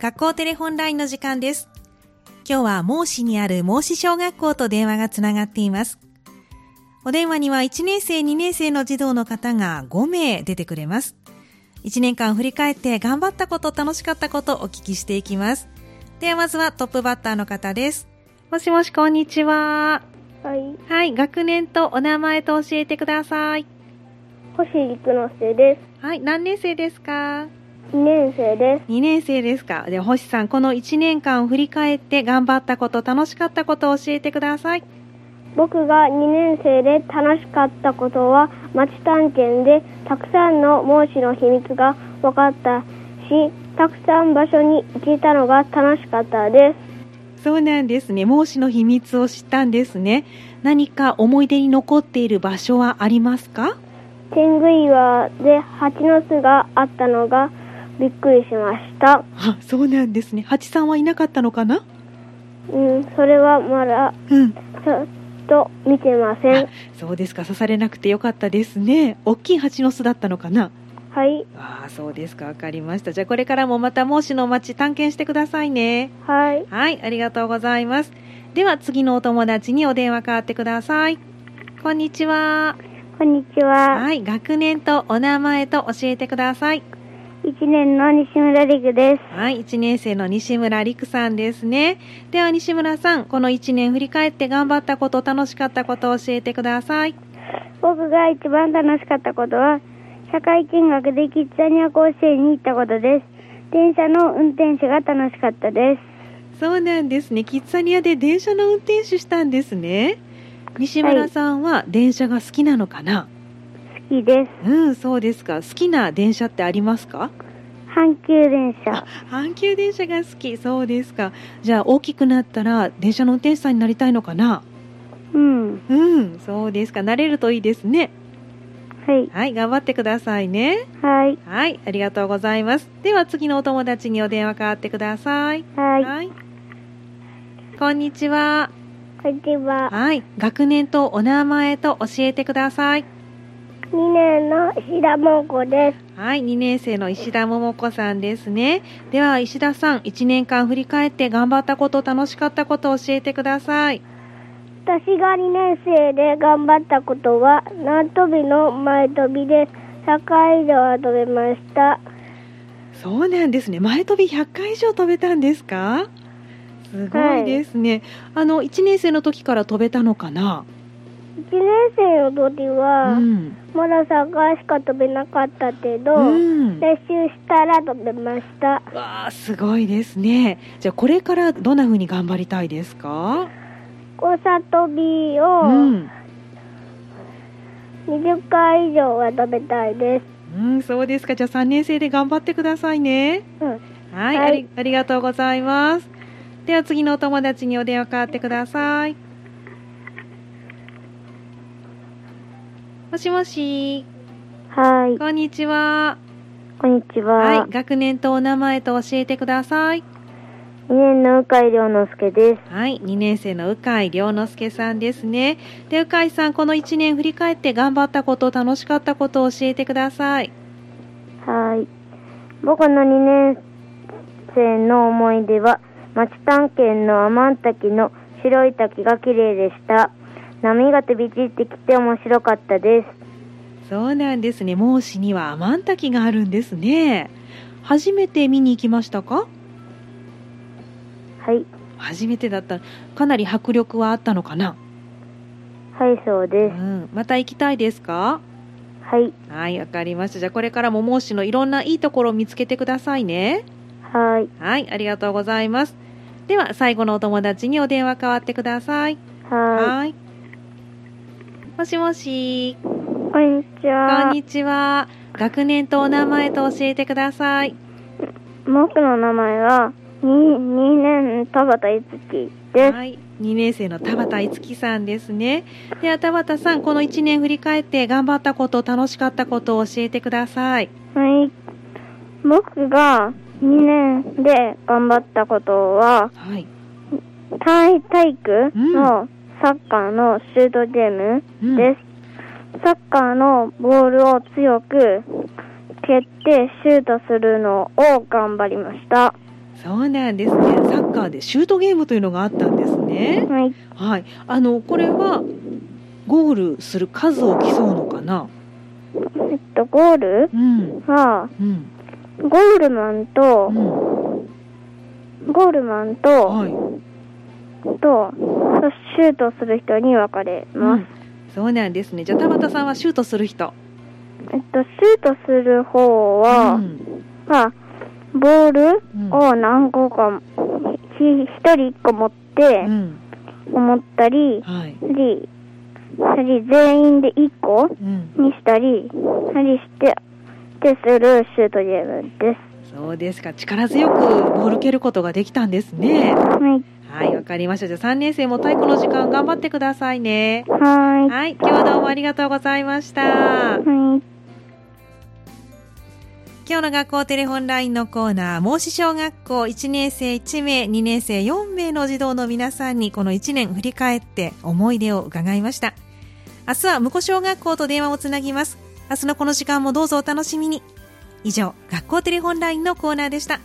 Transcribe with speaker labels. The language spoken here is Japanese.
Speaker 1: 学校テレホンラインの時間です。今日は孟子にある孟子小学校と電話がつながっています。お電話には1年生、2年生の児童の方が5名出てくれます。1年間振り返って頑張ったこと、楽しかったことお聞きしていきます。ではまずはトップバッターの方です。もしもし、こんにちは。
Speaker 2: はい。
Speaker 1: はい、学年とお名前と教えてください。。
Speaker 2: 星陸之介です
Speaker 1: はい、何年生ですか
Speaker 2: ?2 年生です。
Speaker 1: 2年生ですか。では、星さん、この1年間を振り返って頑張ったこと、楽しかったことを教えてください。
Speaker 2: 僕が2年生で楽しかったことは町探検でたくさんの孟子の秘密が分かったしたくさん場所に行けたのが楽しかったです
Speaker 1: そうなんですね孟子の秘密を知ったんですね何か思い出に残っている場所はありますか
Speaker 2: 天狗岩で蜂の巣があったのがびっくりしました
Speaker 1: あそうなんですね蜂さんはいなかったのかな
Speaker 2: うんそれはまだ、うん、と見てません
Speaker 1: そうですか刺されなくてよかったですね大きい蜂の巣だったのかな
Speaker 2: はい
Speaker 1: ああそうですかわかりましたじゃあこれからもまた孟子の町探検してくださいね
Speaker 2: はい
Speaker 1: はいありがとうございますでは次のお友達にお電話変わってくださいこんにちは
Speaker 3: こんにちは
Speaker 1: はい学年とお名前と教えてください
Speaker 3: 1年の西村陸です。
Speaker 1: はい、1年生の西村陸さんですね。では西村さん、この1年振り返って頑張ったこと、楽しかったことを教えてください。。
Speaker 3: 僕が一番楽しかったことは、社会見学でキッザニア甲子園に行ったことです。電車の運転手が楽しかったです
Speaker 1: そうなんですね。キッザニアで電車の運転手したんですね。西村さんは電車が好きなのかな、はい、
Speaker 3: 好きです。うん
Speaker 1: そうですか。好きな電車ってありますか？
Speaker 3: 阪急電車。
Speaker 1: 阪急電車が好き。そうですか。じゃあ大きくなったら電車の運転手さんになりたいのかな？
Speaker 3: うん。
Speaker 1: うん、そうですか。なれるといいですね。
Speaker 3: はい。
Speaker 1: はい、頑張ってくださいね。
Speaker 3: はい。
Speaker 1: はい、ありがとうございます。では次のお友達にお電話変わってください。
Speaker 3: はい。はい、
Speaker 1: こんにちは。
Speaker 4: こんにちは。
Speaker 1: はい、学年とお名前と教えてください。
Speaker 4: 2年の石田桃子です。
Speaker 1: はい、2年生の石田桃子さんですね。では石田さん、1年間振り返って頑張ったこと、楽しかったことを教えてください。
Speaker 4: 私が2年生で頑張ったことは、縄跳びの前跳びで100回以上跳べました。
Speaker 1: そうなんですね。前跳び100回以上跳べたんですかすごいですね。はい、あの、1年生の時から飛べたのかな
Speaker 4: 1年生の時は、うん、まだ3回しか飛べなかったけど、うん、練習したら飛べました
Speaker 1: わあすごいですねじゃあこれからどんなふうに頑張りたいですか
Speaker 4: 交差跳びを、20回以上は飛べたいです、
Speaker 1: うん、うん、そうですかじゃあ3年生で頑張ってくださいね、はい、はい、ありがとうございますでは次のお友達にお電話変わってくださいもしもし。
Speaker 3: はい。
Speaker 1: こんにちは。
Speaker 3: こんにちは。
Speaker 1: はい。学年とお名前と教えてください。
Speaker 3: 2年の鵜飼良之介です。
Speaker 1: はい。2年生の鵜飼良之介さんですね。で、鵜飼さん、この1年振り返って頑張ったこと、楽しかったことを教えてください。
Speaker 3: はい。僕の2年生の思い出は、町探検のアマン滝の白い滝が綺麗でした。波が飛び散ってきて面白かったです
Speaker 1: そうなんですね孟子にはアマンタキがあるんですね初めて見に行きましたか
Speaker 3: はい
Speaker 1: 初めてだったかなり迫力はあったのかな、
Speaker 3: はいそうです、うん
Speaker 1: また行きたいですか
Speaker 3: はい
Speaker 1: はいわかりましたじゃあこれからも孟子のいろんないいところを見つけてくださいね
Speaker 3: はい
Speaker 1: はいありがとうございますでは最後のお友達にお電話代わってください
Speaker 3: はい
Speaker 1: もしもし。
Speaker 5: こんにちは。
Speaker 1: こんにちは。学年とお名前と教えてください。
Speaker 5: 僕の名前は、2, 2年田畑いつきです。
Speaker 1: はい。2年生の田畑いつきさんですね。では田畑さん、この1年振り返って頑張ったこと、楽しかったことを教えてください。
Speaker 5: はい。僕が2年で頑張ったことは、
Speaker 1: はい。
Speaker 5: 体体育の、うんサッカーのシュートゲームです、うん、サッカーのボールを強く蹴ってシュートするのを頑張りました
Speaker 1: そうなんですね。サッカーでシュートゲームというのがあったんですね。
Speaker 5: はい。
Speaker 1: はい。あの、これは、ゴールする数を競うのかな
Speaker 5: えっと、ゴール、
Speaker 1: うん、
Speaker 5: は、うん、ゴールマンと、うん、ゴールマンと、
Speaker 1: はい、
Speaker 5: と、シュートする人に分かれます。
Speaker 1: そうなんですね。じゃあ、田畑さんはシュートする人。
Speaker 5: えっと、シュートする方は、まあ、ボールを何個か、ひ、一人一個持って、思ったり、
Speaker 1: はい、。
Speaker 5: 全員で1個にしたり、うん、して、でするシュートゲームです
Speaker 1: そうですか。力強くボール蹴ることができたんですね。。
Speaker 5: はい
Speaker 1: はい、わかりました。じゃあ3年生も体育の時間頑張ってくださいね。
Speaker 5: はい。。
Speaker 1: はい、今日はどうもありがとうございました。はい今日の学校テレホンラインのコーナー、申し小学校1年生1名、2年生4名の児童の皆さんにこの1年振り返って思い出を伺いました。明日は向小学校と電話をつなぎます。明日のこの時間もどうぞお楽しみに。以上、学校テレホンラインのコーナーでした。